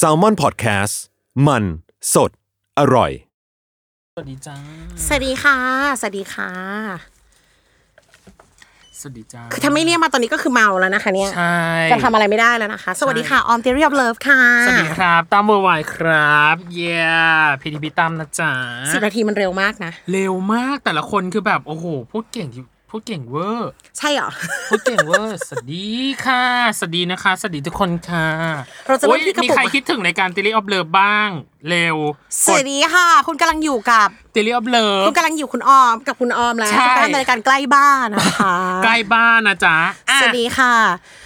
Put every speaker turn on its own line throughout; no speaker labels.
s a l m o n PODCAST มันสดอร่อย
สวัสดีจ้า
สวัสดีค่ะ สวัสดีค่ะ
สวัสดีจ้า
คือถ้าไม่เรียกมาตอนนี้ก็คือเมาแล้วนะคะเนี่ย
ใช่
จะทำอะไรไม่ได้แล้วนะคะ สวัสดีค่ะ ออมเทอรี่ออฟเลิฟค่ะ
สวัสดีครับ ตามเบอร์ไวครับเย่พีดีพีตามนะจ๊ะ
สิบนาทีมันเร็วมากนะ
เร็วมากแต่ละคนคือแบบ โอ้โหพูดเก่งที่พูดเก่งเวอร์
ใช่เหรอ
พูดเก่งเวอร์ สวัสดีค่ะ สวัสดีนะคะ สวัสดีทุกคนค่ะ
เราจะเริ่ม
โอ้ย
ที่กระปุก
มีใครคิดถึงในการ t ิลี่ออฟเลิฟบ้าง เร็ว
สวัสดีค่ะ คุณกำลังอยู่กับ
ติลี่ออฟเลิฟ
คุณกำลังอยู่คุณออมกับคุณออมแล้ว
ใช่
คุณกำลังดำเนินการใกล้บ้านนะคะ
ใกล้บ้านนะจ๊ะอ่ะ
สวัสดีค่ะ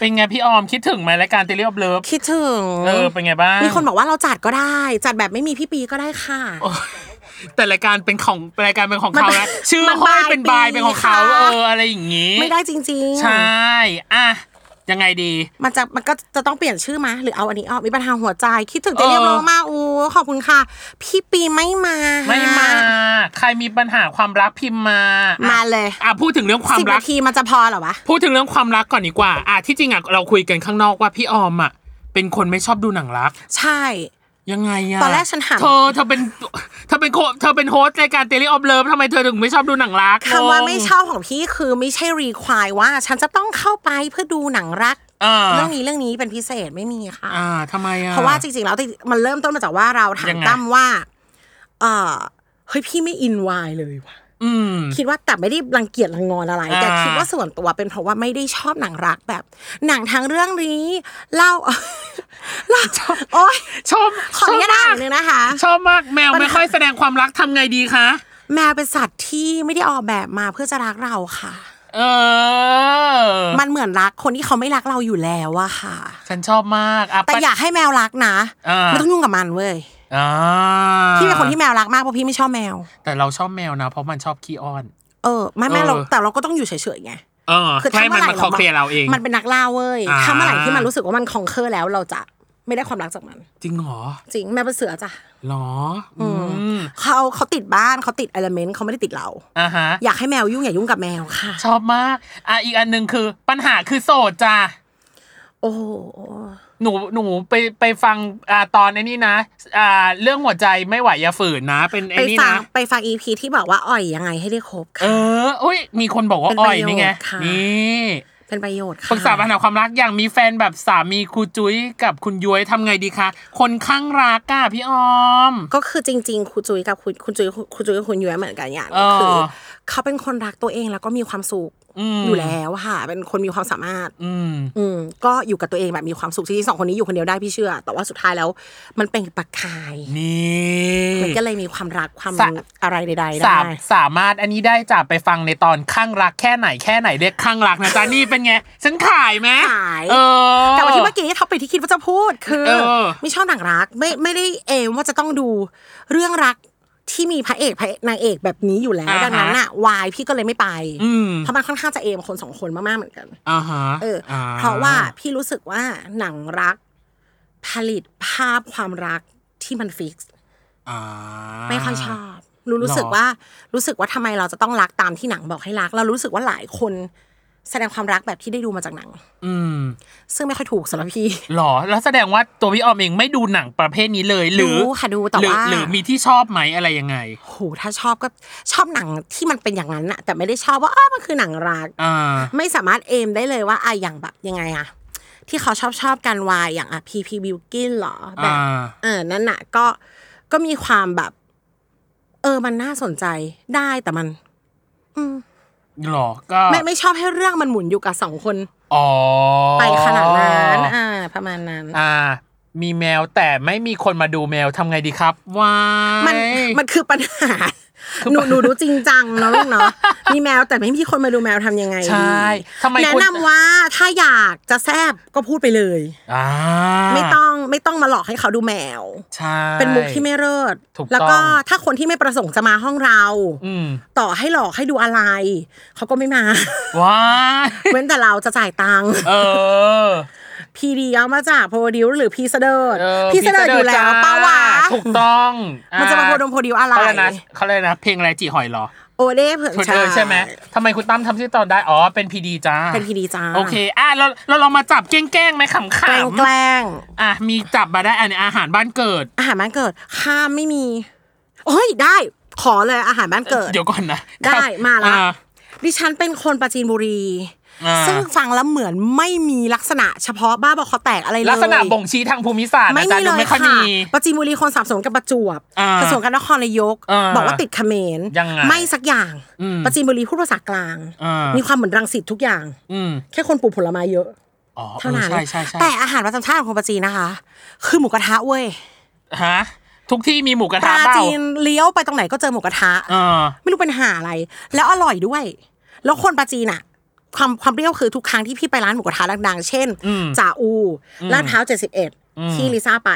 เป็นไงพี่ออมคิดถึงไหมรายการ t ิลี่ออฟเลิฟ
คิดถึง
เออเป็นไงบ้าง
มีคนบอกว่าเราจัดก็ได้ จัดแบบไม่มีพี่ปีก็ได้ค่ะ
แต่รายการเป็นของรายการเป็นของ
มัน
เขานะชื่อ
มัน
ห้อย
บาย
เป็นบาย
ปี
เป็นของเขา
ค่ะ
เอออะไรอย่างงี้
ไม่ได้จริงๆ
ใช่อ่ะยังไงดี
มันจะมันก็จะต้องเปลี่ยนชื่อมาหรือเอาอันนี้ออกมีปัญหาหัวใจคิดถึง
เอ
จะ
อ
เรียบร้องมากโอ้ขอบคุณค่ะ พี่ปีไม่มา
ไม่มา ใครมีปัญหาความรักพิมพ์มา
มา
มา
เลย
อ่ะพูดถึงเรื่องความ
สิบ
รั
นาก ทีมันจะพอเหรอวะ
พูดถึงเรื่องความรักก่อนดีกว่า อ่ะที่จริงอ่ะเราคุยกันข้างนอกว่าพี่ออมอ่ะเป็นคนไม่ชอบดูหนังรัก
ใช่
ยังไงอ่ะ
ตอนแรกฉันหา
เธอเธอเป็นเธอเป็นโคเธอเป็นโฮสต์รายการเตลี่ออฟเลิฟทำไมเธอถึงไม่ชอบดูหนังรัก
คำว่าง
ง
ไม่ชอบของพี่คือไม่ใช่รีควายว่า ฉันจะต้องเข้าไปเพื่อดูหนังรัก
อ่า
เรื่องนี้เรื่องนี้เป็นพิเศษไม่มีค่ะ
อ่าทำไมอ่ะ
เพราะว่าจริงๆแล้วติมันเริ่มต้นมาจากว่าเราถา
ยั
ม
งไง
ตั้มว่าเออเฮ้ยพี่ไม่อินวายเลยว่ะ
อืม
คิดว่าแต่ไม่ได้รังเกียจรังงอนอะไร
อ่า
แต่คิดว่าส่วนตัวเป็นเพราะว่าไม่ได้ชอบหนังรักแบบ หนังทั้งเรื่องนี้เล่า เล่าโอ๊ย
ชอบ
ขออนุญาต
ชบ
อ่า
ม
นห
ก
นึ่งนะคะ
ชอบมากแมว
ปัญหา
ไม่ค่อยแสดงความรักทำไงดีคะ
แมวเป็นสัตว์ที่ไม่ได้ออกแบบมาเพื่อจะรักเราค่ะ
เออ
มันเหมือนรักคนที่เขาไม่รักเราอยู่แล้วอะค่ะ
ฉันชอบมากอ่ะ
แต่
ปัด
อยากให้แมวรักนะ
อ่า
ไม่ต้องยุ่งกับมันเว้ย
อ่า
พี่เป็นคนที่แมวรักมากเพราะพี่ไม่ชอบแมว
แต่เราชอบแมวนะ เพราะมันชอบขี้อ้อน
เออไม่ไม่เรา
เออ
แต่เราก็ต้องอยู่เฉยๆไง
เออ
ถ้า
ให้มันมา
ไห
ขอเคลียร์เราเอง
มันเป็นนักล่าเว้ย
อ่า
ถ้าเมื่อไหร่ที่มันรู้สึกว่ามันคองเคอร์แล้วเราจะไม่ได้ความรักจากมัน
จริงเหรอ
จริงแมวเป็นเสือจ้ะ
หรอ อืม
เขาเขาติดบ้านเขาติดเอลเมนต์เขาไม่ได้ติดเรา
อ่ะฮะ
อยากให้แมวยุ่งอย่ายุ่งกับแมวค่ะ
ชอบมาก อ่ะอีกอันหนึ่งคือ ปัญหาคือโสดจ้ะ
โอ้โห
หนูหนูไปไปฟังอ่าตอนไอ้นี่นะอ่าเรื่องหัวใจไม่ไหวอย่าฝืนนะ เป็นไอ้
ไป
นี่
ฟัง
นะ
ไปฟังอีพีที่บอกว่าอ่อยยังไงให้ได้คบ
เอ
ค่ะ
ออุ้ยมีคนบอกว่า
เป็น
อ้
ป
อ
ระ
ย
โยชน์
นี่ไง
ค่ะ
นี่
เป็นประโยชน์ค่ะ
ปรึกษาปัญหาความรักอย่างมีแฟนแบบสามีครูจุ้ยกับคุณย้วยทำไงดีคะ คนข้างรักอะพี่ออม
ก็คือจริงๆครูจุยกับคุณคุณจุยคุณจุยกับคุณยุ้ยเหมือนกันอย่างหนึ่ง
อ่า
คือเขาเป็นคนรักตัวเองแล้วก็มีความสุข
ม
อยู่แล้วอะค่ะ เป็นคนมีความสามารถ
อืม
อืมก็อยู่กับตัวเองแบบมีความสุขจริงๆสองคนนี้อยู่คนเดียวได้พี่เชื่อ แต่ว่าสุดท้ายแล้วมันเป็นประกาย
นี่
มันก็เลยมีความรักความ
สะ
อะไรใดๆ
สาม
ได้
สามารถอันนี้ได้จากไปฟังในตอนข้างรักแค่ไหนแค่ไหนเรียกข้างรักนะจ๊ะ นี่เป็นไง ฉันขายไหม
ขาย
เออ
แต่ว่าที่เมื่อกี้ท็อปิกที่คิดว่าจะพูดคือ
เออ
ไม่ชอบหนังรักไม่ไม่ได้เอมว่าจะต้องดูเรื่องรักที่มีพระเอกพระนางเอกแบบนี้อยู่แล้วดังนั้นอะวายพี่ก็เลยไม่ไป
อืม
เพราะมันค่อนข้างจะเอมคนสองคนมากๆเหมือนกัน
อ่าฮะ
เอออา เพราะว่าพี่รู้สึกว่าหนังรัก ผลิตภาพความรักที่มันฟิกซ์
อ่า
ไม่ค่อยชอบรู้รู้สึก
หรอ
ว่ารู้สึกว่าทำไมเราจะต้องรักตามที่หนังบอกให้รัก เรารู้สึกว่าหลายคนแสดงความรักแบบที่ได้ดูมาจากหนัง
อืม
ซึ่งไม่ค่อยถูกสำหรับพี่
หรอ แล้วแสดงว่าตัวพี่ออมเองไม่ดูหนังประเภทนี้เลยหรื
ดู
อ
ค่ะดูแต่
หรือ
ว่า
หรือมีที่ชอบไหมอะไรยังไง
โหถ้าชอบก็ชอบหนังที่มันเป็นอย่างนั้นอะแต่ไม่ได้ชอบว่าอ้าวมันคือหนังรัก
อ่า
ไม่สามารถเอมได้เลยว่าอะอย่างแบบยังไงอะที่เขาชอบชอบๆกันวายอย่างอะพีพีบิวกินหรอแบบ
อ่า
เออนั่นน่ะก็ก็มีความแบบ เออมันน่าสนใจได้แต่มัน อืม
หรอ ก็
ไม่ไม่ชอบให้เรื่องมันหมุนอยู่กับสองคน
อ๋อ
ไปขนาดนั้นอ่า ประมาณนั้น
อ่า มีแมวแต่ไม่มีคนมาดูแมวทำไงดีครับว้าย
มันมันคือปัญหา หนูหนูดูจริงจังเนาะลูกเนาะมีแมวแต่ไม่มีคนมาดูแมวทำยังไง
ใช่ทำไมคน
แนะนำว่าถ้าอยากจะแซบก็พูดไปเลย
อ่า
ไม่ต้องไม่ต้องมาหลอกให้เขาดูแมว
ใช่
เป็นมุกที่ไม่เลิศ
ถูกต้อง
แล้วก็ถ้าคนที่ไม่ประสงค์จะมาห้องเรา
อืม
ต่อให้หลอกให้ดูอะไร เขาก็ไม่มา
ว้าย
เว้นแต่เราจะจ่ายตั งค์
เออ
พีดีเอามาจากโพดิวหรือพีเสดอร์
เออ
พีเสดอร์อยู่แล้วป้าวะ
ถูกต้อง
มันจะมาโพดมโพดิวอะไร
เขาเลยกนะเขาเลยกนะ เพลงอะไรจีหอยเหรอ
โอเด้เผื่อ
ถูกเออใช่ไหมทำไมคุณตั้มทำที่ตอนได้ อ๋อ เป็นพีดีจ้า
เป็นพีดีจ้า
โอเค อ่ะ เราเราลองมาจับแกล้งๆไหมขำ
แกล้งแก
ๆ
ล้ง
อ่ะ มีจับมาได้อันนี้อาหารบ้านเกิด
อาหารบ้านเกิดข้ามไม่มีโอ้ยได้ ขอเลยอาหารบ้านเกิด
เดี๋ยวก่อนนะ
ได้
ครับ
มาละ
อ่
ดิฉันเป็นคนปราจีนบุรี
อ่า
ซึ่งฟังแล้วเหมือนไม่มีลักษณะเฉพาะบ้าบอคอแตกอะไรเลย
ลักษณะบ่งชี้ทางภูมิศาสตร์นะ
ไม่
จ๊ะ
มี
ดู
เลย
ไม่ค่อย
ค่ะ
มี
ประจีนบุรีคนสับสนกับประจวบ
อ่า
ผสมกับนครนายก
อ่า
บอกว่าติดเขมร
ยังไง
ไม่สักอย่าง
อืม
ประจีนบุรีพูดภาษากลาง
อ่ามี
มีความเหมือนรังสิตทุกอย่าง
อืม
แค่คนปลูกผลไม้เยอะ
อ๋อ
เท่านั้น
เออใช่ใช่ใช่
แต่อาหารประจำชาติของคนประจีนนะคะ คือหมูกระทะเว้ย
ฮะทุกที่มีหมูกระ
ป
ทะ
ลา
เปล่า
จีนเลี้ยวไปตรงไหนก็เจอหมูกระทะ
เออ
ไม่รู้เป็นหาอะไร แล้วอร่อยด้วย แล้วคนปาจีนอะความความเปรี้ยวคือทุกครั้งที่พี่ไปร้านหมูกระทะดังๆ เช่น
อืม
จ่าอูลาดพร้าวเจ็ดสิบเอ็ดที่ลิซ่าไป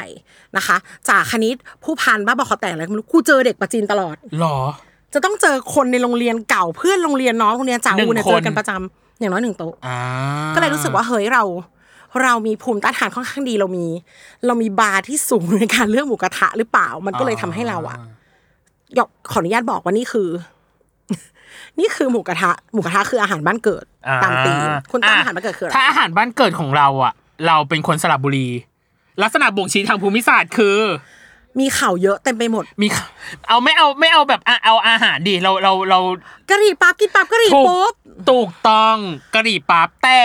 นะคะจ่าคณิตผู้พันบ้าบอคอแตกอะไรก็ไม่รู้กูเจอเด็กปาจีนตลอด
หรอ
จะต้องเจอคนในโรงเรียนเก่าเพื่อนโรงเรียนน้องโรงเรียนจ่าอู
ห
เนี่ย
นึ่งคน
เจอกันประจำอย่างน้อยหนึ่งโต๊ะ
อ่า
ก็เลยรู้สึกว่าเฮ้ยเรา เรามีภูมิต้านทานค่อนข้างดีเรามี เรามีบาร์ที่สูงในการเลือกหมูกระทะหรือเปล่ามันก็เลยทำให้เราอะ ยกขออนุญาตบอกว่านี่คือ นี่คือหมูกระทะหมูกระทะคืออาหารบ้านเกิด
อ่
ตามตีมคุณตั้ม
ะ
อาหารบ้านเกิดคืออะไร
ถ้าอาหารบ้านเกิดของเราอ่ะ เราเป็นคนสระบุรี ลักษณะบ่งชี้ทางภูมิศาสตร์คือ
มีเข่าวเยอะเต็มไปหมด
มีเอาไม่เอาไม่เอาแบบอ่ะเอาอาหารดิเราเราเรา
กะหรี่ปั๊บกินปั๊บกะหรี่
ถูก
ปุ๊บ
ถูกต้องกะหรี่ปั๊บแต่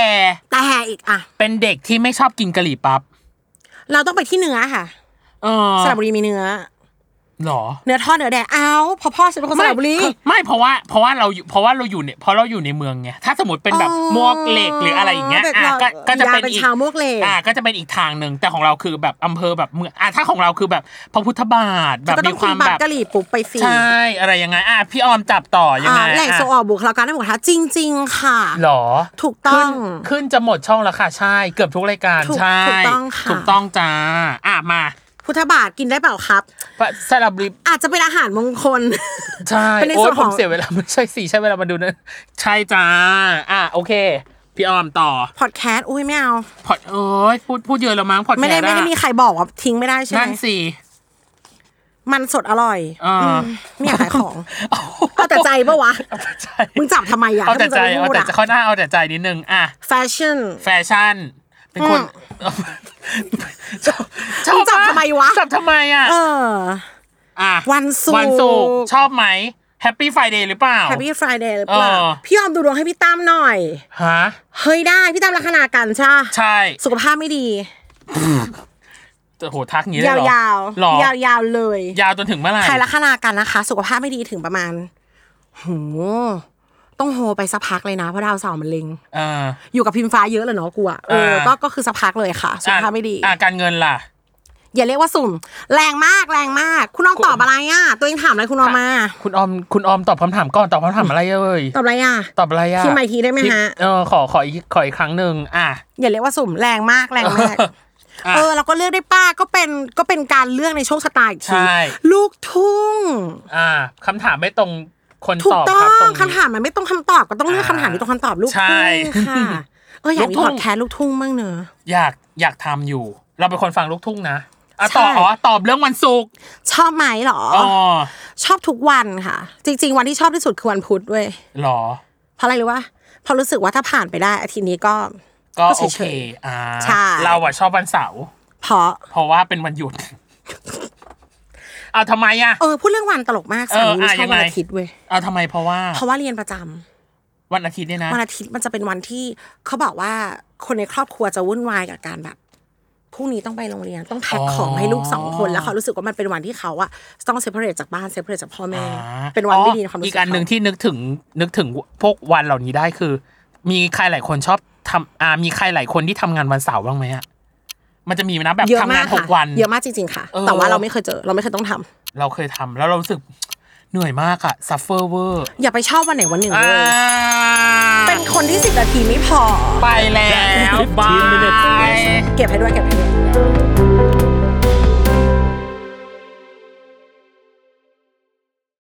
แต่อีกอ่ะ
เป็นเด็กที่ไม่ชอบกินกะหรี่ปั๊บ
เราต้องไปที่เนื้อค่ะ
เออ
สระบุรีมีเนื้อ
หรอ
เนื้อทอดเนื้อแดงเอาพอพ่อฉันเป็นคนสระบุรี
ไม่เพราะว่าเพราะว่าเราอยู่เพราะว่าเราอยู่เนี่ยเพราะเราอยู่ในเมืองไงถ้าสมมติเป็นแบบ
อ๋อ
มวกเหล็กหรืออะไรอย่างเงี้ย
แบบ
อ่ะ
เรา
ก็ก็จะเป็น
เป็น
อีก
ชาวมวกเหล็ก
อ่ะก็จะเป็นอีกทางหนึ่งแต่ของเราคือแบบอำเภอแบบเมืองอ่ะถ้าของเราคือแบบพระพุทธบาทแบ
ฉั
บ
นก็ต้
มี
อง
ค
กิ
วาน ม
ปั๊บ
แบบ
กะหรี่ปุ๊บไปฟรี
ใช่อะไรยังไงอ่ะพี่ออมจับต่อยังไง
อ่าแหล่ง
อ่ะ
โซออกบุคลากรด้านหมูกระทะจริง ๆ ค่ะ
หรอ
ถูกต้อ
ขึ้
ง
นขึ้นจะหมดช่องแล้วค่ะใช่เกือบทุกรายการ
ถูก
ใช่
ถูกต้องค่ะ
ถูกต้องจ้าอ่ะมา
พุทธบาทกินได้เปล่าครับ
สลับบริ
อาจจะเป็นอาหารมงคล
ใช่
เป็นใน
โอ้
ส่
ย
วน
ผ
ขอ
ม
ง
เสียเวลา ไม่ใช่สี่ใช่เวลามาดูนะใช่จ้าอ่ะโอเค พี่ออมต่อ
พอดแคสต์อุ้ยไม่เอา
พอดเอ้ยพูดพูดเยอะแล้วมั้งพอด
ไม่ได้
แคสต์
ไม่ได้มีใครบอกว่าทิ้งไม่ได้ใช่ไหม
นั่นสิ
มันสดอร่อย
เอออ
ไม่อยากขายของ
เอา
เอาแต่ใจปะวะ
เอาแต่ใจ
มึงจับทำไมอ่ะ
เอาแต่ใจ
ถ้า
เอา
มึงะ
แต่
ไม่
ใจ
พูดอะ
ข้อหน้าเอาแต่ใจนิดนึงอ่ะ
แฟชั่น
แฟชั่น เป็นคนชอบชอบ
มึงจับทำไมวะ
จับทำไมอ่ะ
เออ
อ่ะ
วันศุกร์
วันศุกร์ชอบไหมแฮปปี้ไฟเดย์หรือเปล่า
แฮปปี้ฟรายเดย์หรือเปล่า
เออ
พี่ยอมดูดวงให้พี่ตั้มหน่อย
ฮะ
เฮ้ยได้ พี่ตั้มลัคนากันใช่ปะ
ใช่
สุขภาพไม่ดี
โหทักอย่างนี้
ยา
เล
ว
เหรอย
ยาว
หรอย
าวยาวๆเลย
ยาวจนถึงเมื่อไหร่
ใครลัคนากันนะคะ สุขภาพไม่ดีถึงประมาณโหต้องโฮไปสักพักเลยนะเพราะดาวเสาร์มันเล็ง
เอ่า
อยู่กับพิมฟ้าเยอะเลยเนาะกูอะเออ
อ่า
ก็ก็คือสักพักเลยค่ะ สุขภาพไม่ดี
อ่ะการเงินล่ะ
อย่าเรียกว่าสุ่ม แรงมากแรงมาก คุณน้องตอบอะไรอ่ะ ตัวเองถามอะไรคุณน้องมา
คุณออมคุณออมตอบคำถามก่อนตอบคำถามอะไรเอ่ย
ตอบอะไรอ่ะ
ตอบอะไรอ่ะ
พิมพ์มาอีกทีได้ไหมฮะ
เออขอขออีกขออีกครั้งหนึ่งอ่ะ
อย่าเรียกว่าสุ่มแรงมากแรงมาก
อ่ะ
เออเราก็เลือกได้ป้าก็เป็นก็เป็นการเลือกในโชคชะตาอีกที
ใช่
ลูกทุ่ง
อ่ะคำถามไม่ตรงคน
ถู
ต
ก
อบ
ต้อ
ครับ
ง
ตรงนี้
คำถามมันไม่ต้องคำตอบก็ต้องเลือก
อ่า
คำถามที่ตรงคำตอบลูก
ใช่
ทุ่ง ค่ะเอออยาก
ลู
มี
กทุ่ง
พอดแคสต์ลูกทุ่งบ้างเนอะ
อยากอยากทำอยู่ เราเป็นคนฟังลูกทุ่งนะอ่ะ
ใช่
ต่ออ๋อตอบเรื่องวันศุกร์
ชอบไหมเหรอ
อ๋อ
ชอบทุกวันค่ะ จริง ๆ วันที่ชอบที่สุดคือวันพุธเว้ย
เหรอ
เพราะอะไรรู้ว่าพอรู้สึกว่าถ้าผ่านไปได้อาทิตย์นี้ก็
ก็
ก็
โอ
เฉยๆ
เค อ่า
ใช่
เราอะชอบวันเสาร์
เพราะ
เพราะว่าเป็นวันหยุด เอาทำไมอะ
เออพูดเรื่องวันตลกมากสามี
เอออ่ะ
ชอ
ยั
บ
งไง
วันอาทิตย์เว้ย
เอาทำไมเพราะว่า
เพราะว่าเรียนประจำ
วันอาทิตย์เนี่ยนะ
วันอาทิตย์มันจะเป็นวันที่เขาบอกว่าคนในครอบครัวจะวุ่นวายกับการแบบพรุ่งนี้ต้องไปโรงเรียนต้องแพ็ค
อ๋อ
ของให้ลูกสองคนแล้วเขารู้สึกว่ามันเป็นวันที่เขาอะต้องเซปเรตจากบ้านเซปเรตจากพ่อแม่
า
เป็นวันไม่ดีใน
อ๋อ
ความรู้
อี
สึก
กอันหนึ่ง
เขา
ที่นึกถึงนึกถึงพวกวันเหล่านี้ได้คือ มีใครหลายคนชอบทำอ่ามีใครหลายคนที่ทำงานวันเสาร์บ้างไหมอะมันจะมีนะแบบ
เยอะมาง
ทำากนห
ค่ะ
กวัน
เยอะมากจริงๆค่ะ
เออ
แต่ว่าเราไม่เคยเจอเราไม่เคยต้องทำ
เราเคยทำแล้วเรารู้สึก เหนื่อยมากอะซัฟเฟอร์เวอร์
อย่าไปชอบวันไหนวันหนึ่ง
อ่า
เลยเป็นคนที่สิบนาทีไม่พอ
ไปแล้วบา
15 minutes
ย
เก็บให้ด้วยเก็บให้ด้วย
บ